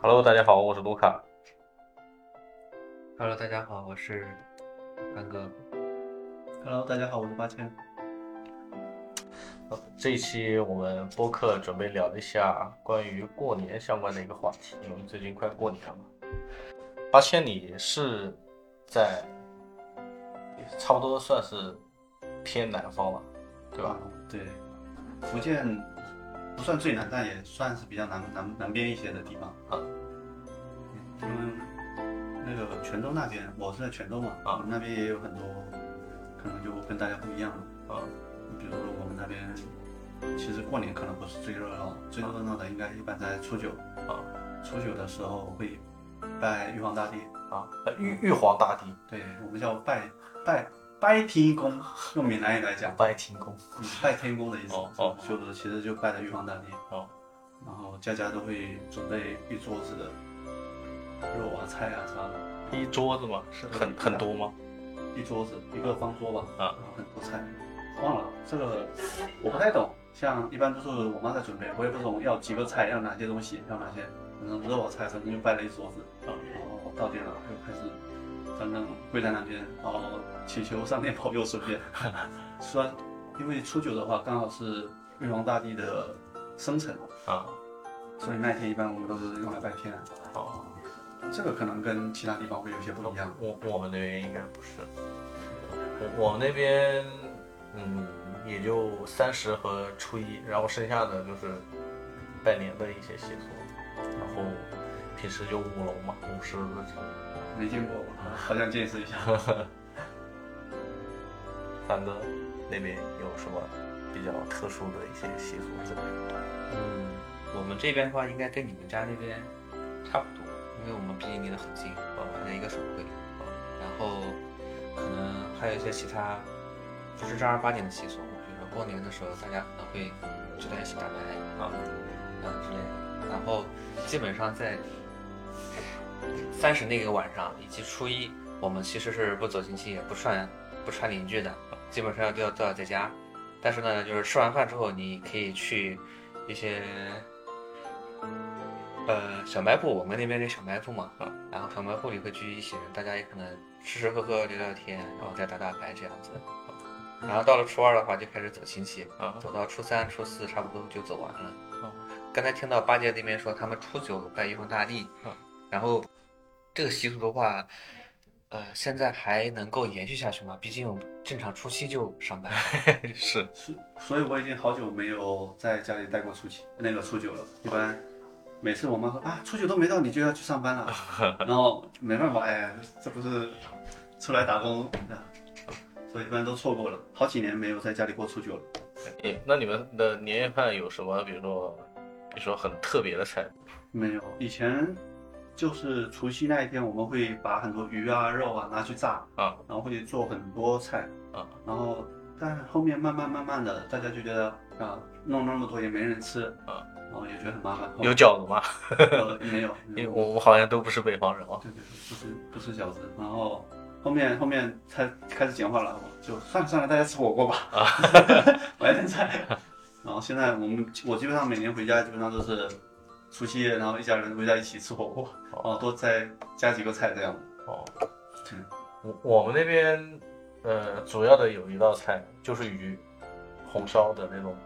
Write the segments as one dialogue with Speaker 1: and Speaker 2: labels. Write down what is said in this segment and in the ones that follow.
Speaker 1: Hello，大家好，我是卢卡。
Speaker 2: Hello，大家好，我是安哥。
Speaker 3: Hello，大家好，我是八千。
Speaker 1: 呃这一期我们播客准备聊一下关于过年相关的一个话题，因为最近快过年了嘛。八千里是在差不多算是偏南方了，对吧？
Speaker 3: 啊对，福建不算最南，但也算是比较南南南边一些的地方。
Speaker 1: 啊
Speaker 3: 因为那个泉州那边，我是在泉州嘛，
Speaker 1: 啊
Speaker 3: 我们那边也有很多，可能就跟大家不一样了。
Speaker 1: 啊、
Speaker 3: 比如说我们那边，其实过年可能不是最热闹，最
Speaker 2: 啊
Speaker 3: 热闹的应该一般在初九。
Speaker 1: 啊
Speaker 3: 初九的时候会拜玉皇大帝，
Speaker 1: 啊！呃玉玉皇大帝
Speaker 3: 对我们叫拜拜拜天公，用闽南语来讲，
Speaker 1: 拜天公
Speaker 3: 嗯拜天公的意思。
Speaker 1: 哦哦
Speaker 3: 就是其实就拜的玉皇大帝。
Speaker 1: 哦
Speaker 3: 然后家家都会准备一桌子的肉啊、菜啊啥的，
Speaker 1: 一桌子嘛，是很很多吗？
Speaker 3: 一桌子一个方桌吧，
Speaker 1: 啊
Speaker 3: 然后很多菜，忘了这个我不太懂，像一般都是我妈在准备，我也不懂要几个菜，要哪些东西，要哪些，反正肉啊菜反正就摆了一桌
Speaker 1: 啊
Speaker 3: 子，然后到点了就开始。反正跪在那边，然后祈求上天保佑顺 便。虽然因为初九的话，刚好是玉皇大帝的生辰，
Speaker 1: 啊
Speaker 3: 所以那一天一般我们都是用来拜天的。
Speaker 1: 哦，
Speaker 3: 这个可能跟其他地方会有些不一样。
Speaker 1: 我我们那边应该不是，我我们那边嗯也就三十和初一，然后剩下的就是拜年的一些习俗，然后平时就舞龙嘛，舞狮子，
Speaker 3: 没见过，好想见识一下。
Speaker 1: 三哥那边有什么比较特殊的一些习俗之类的？
Speaker 2: 嗯，我们这边的话应该跟你们家那边差不多，因为我们毕竟离得很近，我们在一个省会，然后可能还有一些其他不是正儿八经的习俗，比如说过年的时候大家可能会聚在一起打牌
Speaker 1: 啊
Speaker 2: 啊之类的，然后基本上在三十那个晚上以及初一，我们其实是不走亲戚，也不串不串邻居的，基本上都要都要在家。但是呢，就是吃完饭之后，你可以去一些呃小卖部，我们那边这小卖部嘛，然后小卖部里会聚一些人，大家也可能吃吃喝喝聊聊天，然后再打打牌这样子。然后到了初二的话，就开始走亲戚，
Speaker 1: 啊
Speaker 2: 走到初三、初四差不多就走完了
Speaker 1: 哦。
Speaker 2: 刚才听到八戒那边说他们初九拜玉皇大帝
Speaker 1: 嗯，
Speaker 2: 然后这个习俗的话，呃，现在还能够延续下去吗？毕竟我们正常初七就上班。
Speaker 1: 是
Speaker 3: 所所以我已经好久没有在家里待过初七，那个初九了。一般每次我妈说啊，初九都没到，你就要去上班了。 然后没办法，哎，这不是出来打工的，所以一般都错过了。好几年没有在家里过初九了。
Speaker 1: 诶那你们的年夜饭有什么？比如说，比如说很特别的菜
Speaker 3: 没有，以前就是除夕那一天，我们会把很多鱼啊、肉啊拿去炸，
Speaker 1: 啊
Speaker 3: 然后会做很多菜，
Speaker 1: 啊
Speaker 3: 然后但后面慢慢慢慢的，大家就觉得啊，弄那么多也没人吃
Speaker 1: 啊，
Speaker 3: 然后也觉得很麻烦。
Speaker 1: 有饺子吗？
Speaker 3: 呃没有？
Speaker 1: 因
Speaker 3: 没
Speaker 1: 为
Speaker 3: 有，
Speaker 1: 我我好像都不是北方人啊。
Speaker 3: 对对，不吃不吃饺子，然后后面后面才开始简化了，我就算了算了，大家吃火锅吧，
Speaker 1: 啊
Speaker 3: 买点菜。然后现在我们我基本上每年回家基本上都是除夕夜，然后一家人围在一起吃火锅，然后多再加几个菜这样。
Speaker 1: 哦，
Speaker 3: 嗯
Speaker 1: 我我们那边，呃，主要的有一道菜就是鱼，红烧的那种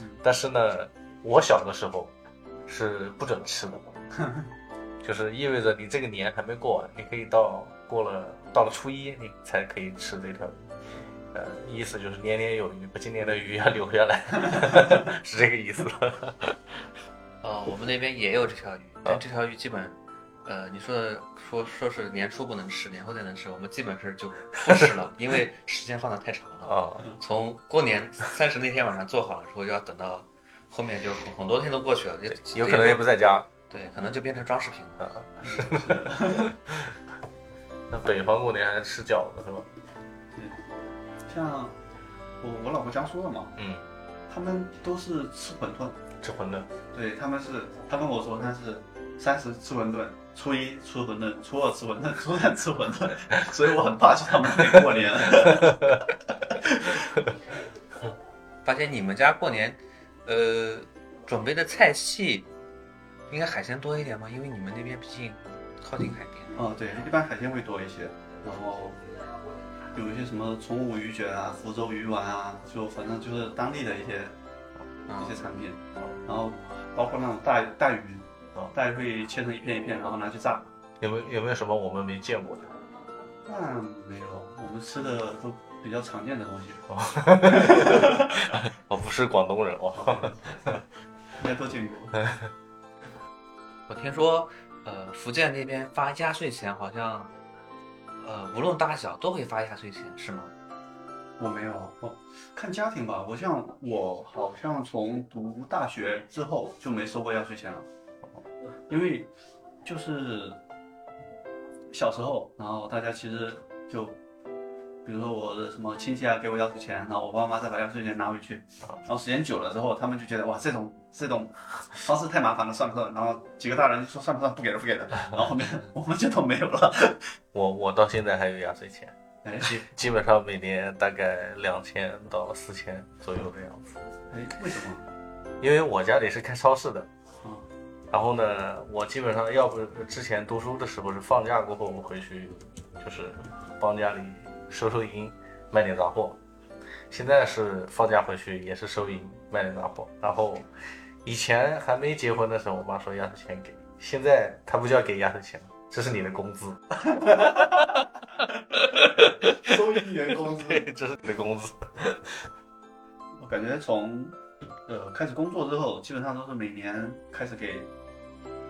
Speaker 3: 嗯。
Speaker 1: 但是呢，我小的时候是不准吃的， 就是意味着你这个年还没过完，你可以到过了到了初一，你才可以吃这条鱼。呃，意思就是年年有余，把今年的鱼要留下来， 是这个意 思。
Speaker 2: 哦，我们那边也有这条鱼，但这条鱼基本，呃，你说的说说是年初不能吃，年后再能吃，我们基本是就不吃了，因为时间放的太长了。
Speaker 1: 啊
Speaker 2: 从过年三十那天晚上做好了之后，就要等到后面就很很多天都过去了，就
Speaker 1: 有可能也不在家。
Speaker 2: 对，可能就变成装饰品了。
Speaker 1: 那北方过年还吃饺子是吧？
Speaker 3: 像我我老婆江苏的嘛，
Speaker 1: 嗯，
Speaker 3: 他们都是吃馄饨，
Speaker 1: 吃馄饨。
Speaker 3: 对他们是，他跟我说他是三十吃馄饨，初一吃馄饨，初二吃馄饨，初三吃馄饨， 所以我很怕去他们那里过年。
Speaker 1: 嗯
Speaker 2: 发现你们家过年，呃，准备的菜系应该海鲜多一点吧，因为你们那边毕竟靠近海边。
Speaker 3: 哦，对，一般海鲜会多一些，然后有一些什么崇武鱼卷啊、福州鱼丸啊，就反正就是当地的一些
Speaker 2: 啊
Speaker 3: 一些产品，然后包括那种带带鱼
Speaker 1: 哦，
Speaker 3: 带鱼会切成一片一片，然后拿去炸。
Speaker 1: 有没有有没有什么我们没见过的？
Speaker 3: 那没有，我们吃的都比较常见的东西，
Speaker 1: 我不是广东人哦。
Speaker 3: 应该都见过。
Speaker 2: 我听说，呃，福建那边发压岁钱好像，呃，无论大小都会发压岁钱，是吗？
Speaker 3: 我没有，我看家庭吧。我像我好像从读大学之后就没收过压岁钱了，因为就是小时候，然后大家其实就，比如说我的什么亲戚啊给我压岁钱，然后我爸妈再把压岁钱拿回去，然后时间久了之后，他们就觉得哇这种这种方式太麻烦了，算了算了，然后几个大人就说算了算了，不给了不给了，然后后面 我们就都没有了。
Speaker 1: 我我到现在还有压岁钱，
Speaker 3: 哎
Speaker 1: 基基本上每年大概两千到四千左右的样子。
Speaker 3: 哎，为什么？
Speaker 1: 因为我家里是开超市的
Speaker 3: 嗯，
Speaker 1: 然后呢，我基本上要不之前读书的时候是放假过后我回去，就是帮家里收收银，卖点杂货。现在是放假回去也是收银卖点杂货，然后以前还没结婚的时候，我妈说压岁钱给，现在她不叫给压岁钱了，这是你的工资。
Speaker 3: 收一员工资
Speaker 1: 对，这是你的工资。
Speaker 3: 我感觉从呃开始工作之后，基本上都是每年开始给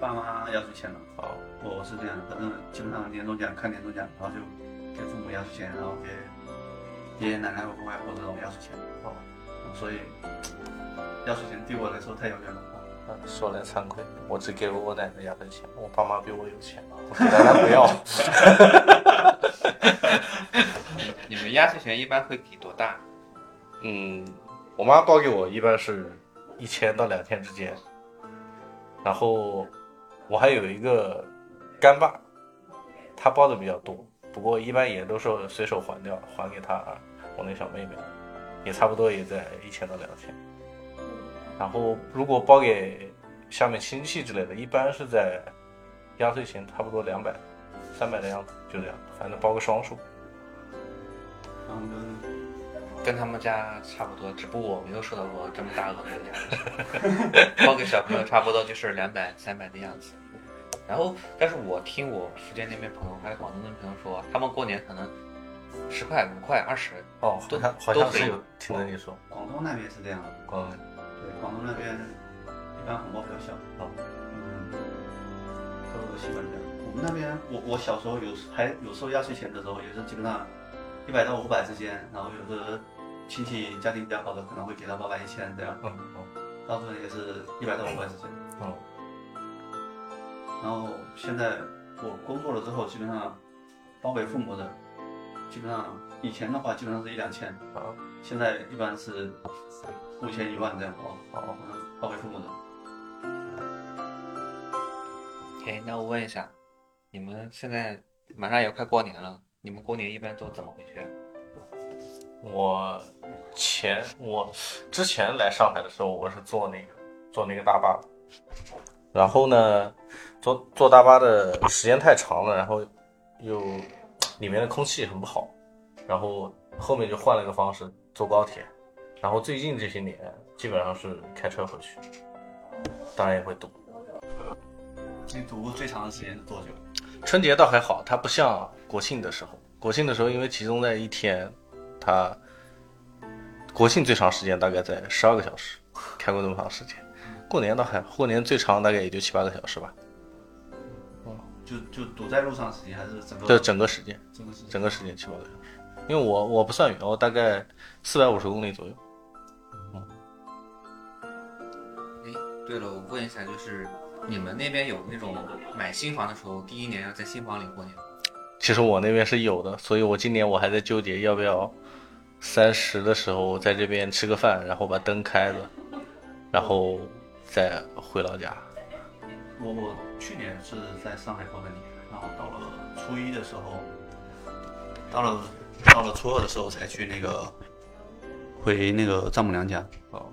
Speaker 3: 爸妈压岁钱了。
Speaker 1: 哦，
Speaker 3: 我是这样，反正基本上年终奖看年终奖，然后就给父母压岁钱，然后给爷爷奶奶、外公外婆这种压岁钱。嗯
Speaker 1: 哦，
Speaker 3: 所以压岁钱对我来说太遥远了。哦
Speaker 1: 啊说来惭愧，我只给了我奶奶压岁钱，我爸妈比我有钱，我给奶奶不要。
Speaker 2: 你们压岁钱一般会给多大？
Speaker 1: 嗯，我妈包给我一般是一千到两千之间，然后我还有一个干爸，他包的比较多，不过一般也都是随手还掉，还给她我那小妹妹，也差不多也在一千到两千。然后如果包给下面亲戚之类的，一般是在压岁钱差不多两百、三百的样子，就这样，反正包个双数。
Speaker 3: 然后就是
Speaker 2: 跟他们家差不多，只不过我没有收到过这么大额度的压岁钱，包给小朋友差不多就是两百、三百的样子。然后，但是我听我福建那边朋友，还有广东那边朋友说，他们过年可能十块、五块、二十，
Speaker 1: 哦，好
Speaker 2: 都
Speaker 1: 像好
Speaker 2: 都
Speaker 1: 像
Speaker 2: 可
Speaker 1: 是
Speaker 2: 以哦
Speaker 1: 有听着你说，
Speaker 3: 广东那边也是这样的，
Speaker 1: 嗯。
Speaker 3: 对，广东那边一般红包比较小。
Speaker 1: 哦
Speaker 3: 嗯，都习惯这样。我们那边，我我小时候有时还有收压岁钱的时候，也是基本上一百到五百之间，然后有的亲戚家庭比较好的可能会给到八百一千这样，
Speaker 1: 嗯嗯
Speaker 3: 大部分也是一百到五百之间。
Speaker 1: 嗯，
Speaker 3: 然后现在我工作了之后，基本上包给父母的，基本上以前的话基本上是一两千，
Speaker 1: 好，
Speaker 3: 现在一般是五千一万这样包，
Speaker 1: 好，
Speaker 3: 嗯包给父母的。
Speaker 2: 哎，那我问一下，你们现在马上也快过年了，你们过年一般都怎么回去啊？
Speaker 1: 我前我之前来上海的时候，我是坐那个坐那个大巴，然后呢，坐坐大巴的时间太长了，然后又里面的空气很不好，然后后面就换了一个方式坐高铁，然后最近这些年基本上是开车回去，当然也会堵。
Speaker 3: 你读过最长的时间是多久？
Speaker 1: 春节倒还好，它不像国庆的时候。国庆的时候，因为集中在一天，它国庆最长时间大概在十二个小时，开过那么长时间。过年倒还好，过年最长大概也就七八个小时吧，
Speaker 3: 就就堵在路上的时间还是整个
Speaker 1: 这整个时间，
Speaker 3: 整个时间？
Speaker 1: 整个时间七八个小时。因为我我不算远，我大概四百五十公里左右。
Speaker 2: 对了，我问一下，就是你们那边有那种买新房的时候，第一年要在新房里过年吗？
Speaker 1: 其实我那边是有的，所以我今年我还在纠结要不要三十的时候在这边吃个饭，然后把灯开了，然后再回老家。
Speaker 3: 我我去年是在上海过的年，然后到了初一的时候，到了到了初二的时候才去那个回那个丈母娘家。
Speaker 1: 哦，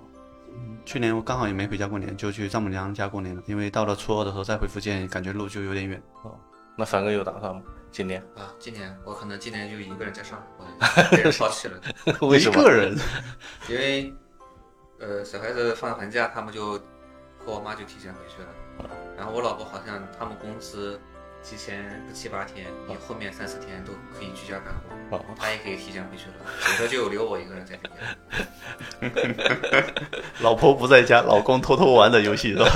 Speaker 3: 去年我刚好也没回家过年，就去丈母娘家过年了。因为到了初二的时候再回福建，感觉路就有点远。
Speaker 1: 那凡哥有打算吗？今年
Speaker 2: 啊，今年我可能今年就一个人在上海， 我被人抛弃了，
Speaker 1: 为什
Speaker 3: 一
Speaker 1: 么？
Speaker 3: 个人，
Speaker 2: 因为呃小孩子放寒假，他们就和我妈就提前回去了，然后我老婆好像他们公司提前七八天，你后面三四天都可以居家办公
Speaker 1: 哦，
Speaker 2: 她也可以提前回去了，所以说就留我一个人在这边。
Speaker 3: 老婆不在家，老公偷偷玩的游戏是吧？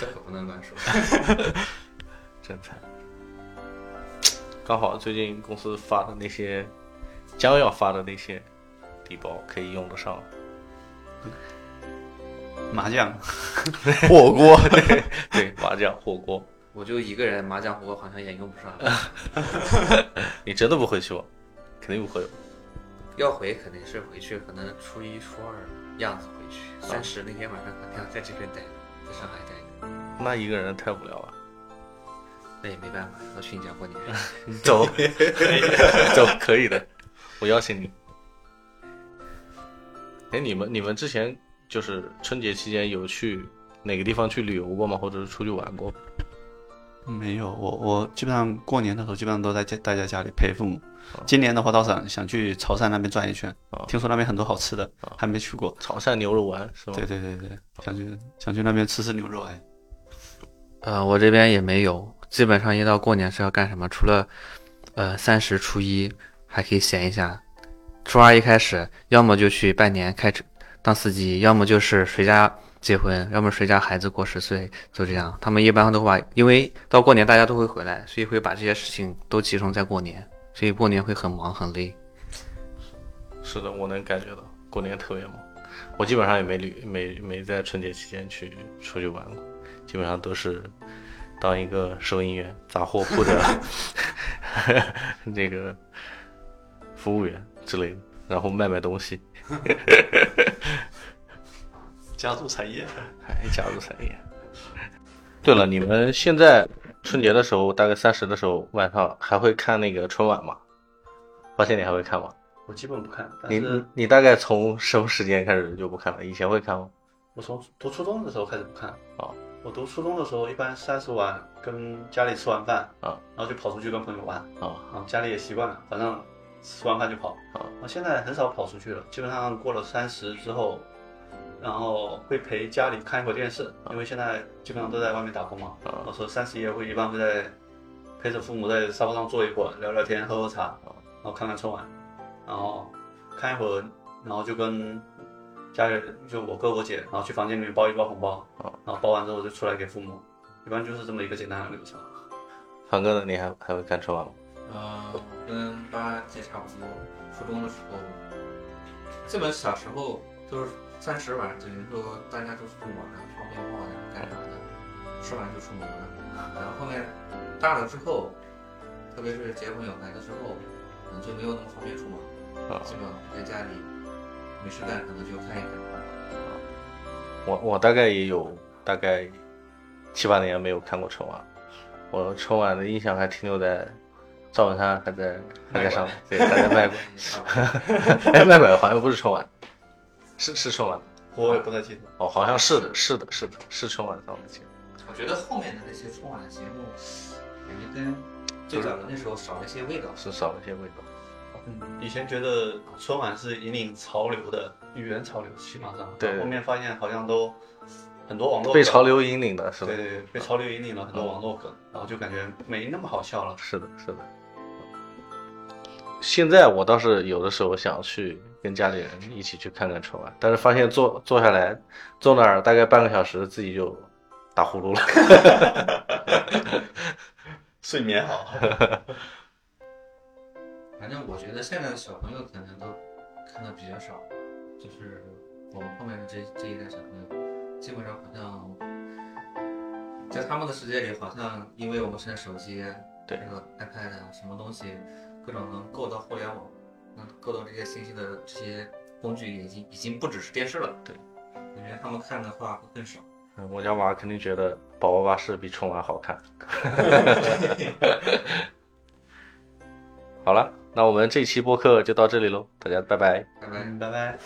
Speaker 2: 这可不能乱说。
Speaker 1: 真惨。刚好最近公司发的那些将要发的那些礼包可以用得上，
Speaker 3: 麻将、 火锅，
Speaker 1: 对麻将、火锅，
Speaker 2: 我就一个人麻将活好像也用不上，
Speaker 1: 你真的不会去吗？肯定不会。
Speaker 2: 要回肯定是回去，可能初一初二样子回去，三十那天晚上肯定要在这边待着，在上海待着，
Speaker 1: 那一个人太无聊了，
Speaker 2: 那也没办法，要去你家过年。
Speaker 1: 你 走，走，可以的，我邀请你。哎，你们你们之前就是春节期间有去哪个地方去旅游过吗？或者是出去玩过？
Speaker 3: 没有，我我基本上过年的时候基本上都在家待在家里陪父母
Speaker 1: 哦。
Speaker 3: 今年的话倒想想去潮汕那边转一圈
Speaker 1: 哦，
Speaker 3: 听说那边很多好吃的，还没去过。
Speaker 1: 潮汕牛肉丸是吗？
Speaker 3: 对对对对，想去想去那边吃吃牛肉哎。
Speaker 2: 呃，我这边也没有，基本上一到过年是要干什么？除了呃三十、初一还可以闲一下，初二一开始，要么就去拜年开车当司机，要么就是谁家结婚，要么谁家孩子过十岁，就这样。他们一般都会把，因为到过年大家都会回来，所以会把这些事情都集中在过年，所以过年会很忙很累。
Speaker 1: 是的，我能感觉到过年特别忙，我基本上也没旅没没在春节期间去出去玩过，基本上都是当一个收银员、杂货铺的 那个服务员之类的，然后卖卖东西，
Speaker 3: 家族产业，
Speaker 1: 还加入产业。对了，你们现在春节的时候，大概三十的时候晚上还会看那个春晚吗？发现你还会看吗？
Speaker 3: 我基本不看，但
Speaker 1: 你
Speaker 3: 是
Speaker 1: 你你大概从什么时间开始就不看了？以前会看吗？
Speaker 3: 我从读初中的时候开始不看。
Speaker 1: 哦，
Speaker 3: 我读初中的时候，一般三十晚跟家里吃完饭，
Speaker 1: 啊，
Speaker 3: 然后就跑出去跟朋友玩，
Speaker 1: 啊，
Speaker 3: 啊，家里也习惯了，反正吃完饭就跑。
Speaker 1: 啊
Speaker 3: 我现在很少跑出去了，基本上过了三十之后，然后会陪家里看一会儿电视，因为现在基本上都在外面打工嘛。
Speaker 1: 啊
Speaker 3: 我说三十也会一般会在陪着父母在沙发上坐一会儿，聊聊天，喝喝茶，
Speaker 1: 啊
Speaker 3: 然后看看春晚，然后看一会儿，然后就跟家里就我哥我姐，然后去房间里面包一包红包，
Speaker 1: 啊
Speaker 3: 然后包完之后就出来给父母，一般就是这么一个简单的流程。
Speaker 1: 凡哥呢？你还还会看春晚吗？
Speaker 2: 呃，跟八姐差不多，初中的时候，基本小时候就是三十晚，等于说大家都出去玩啊，放鞭炮呀，干啥的，吃完就出门了。然后后面大了之后，特别是结婚有孩子之后，可能就没有那么方便出门，
Speaker 1: 啊，
Speaker 2: 基本上在家里没事干，可能就看一看。
Speaker 1: 我我大概也有大概七八年没有看过春晚，我春晚的印象还停留在赵本山还在还在上，对，还在卖拐。 哎，卖拐好像不是春晚，是是春晚
Speaker 3: 我也不太记得。
Speaker 1: 哦，好像是的，是的，是的，是春晚上的节目。
Speaker 2: 我觉得后面的那些春晚节目，感觉跟最早的那时候少了一些味道。
Speaker 1: 是少了一些味道。
Speaker 3: 嗯，以前觉得春晚是引领潮流的语言潮流，起码上，
Speaker 1: 对
Speaker 3: 后面发现好像都很多网络
Speaker 1: 被
Speaker 3: 梗
Speaker 1: 潮，流引领的是
Speaker 3: 对
Speaker 1: 的，
Speaker 3: 对对，被潮流引领了很多网络梗，然后就感觉没那么好笑了。
Speaker 1: 是的，是的。现在我倒是有的时候想去跟家里人一起去看看春晚，但是发现坐坐下来，坐那儿大概半个小时，自己就打呼噜了。
Speaker 3: 睡 眠好，
Speaker 2: 反正我觉得现在的小朋友可能都看的比较少，就是我们后面的这这一代小朋友，基本上好像在他们的世界里，好像因为我们现在手机、
Speaker 1: 对
Speaker 2: 这个 iPad 啊，什么东西，各种能够到互联网，能够到这些信息的这些工具，已经已经不只是电视了。
Speaker 1: 对，
Speaker 2: 感觉他们看的话会更少。
Speaker 1: 嗯我家娃肯定觉得《宝宝巴士》比春晚好看。 好了，那我们这期播客就到这里喽，大家拜拜。
Speaker 2: 拜拜。
Speaker 3: 嗯，拜拜。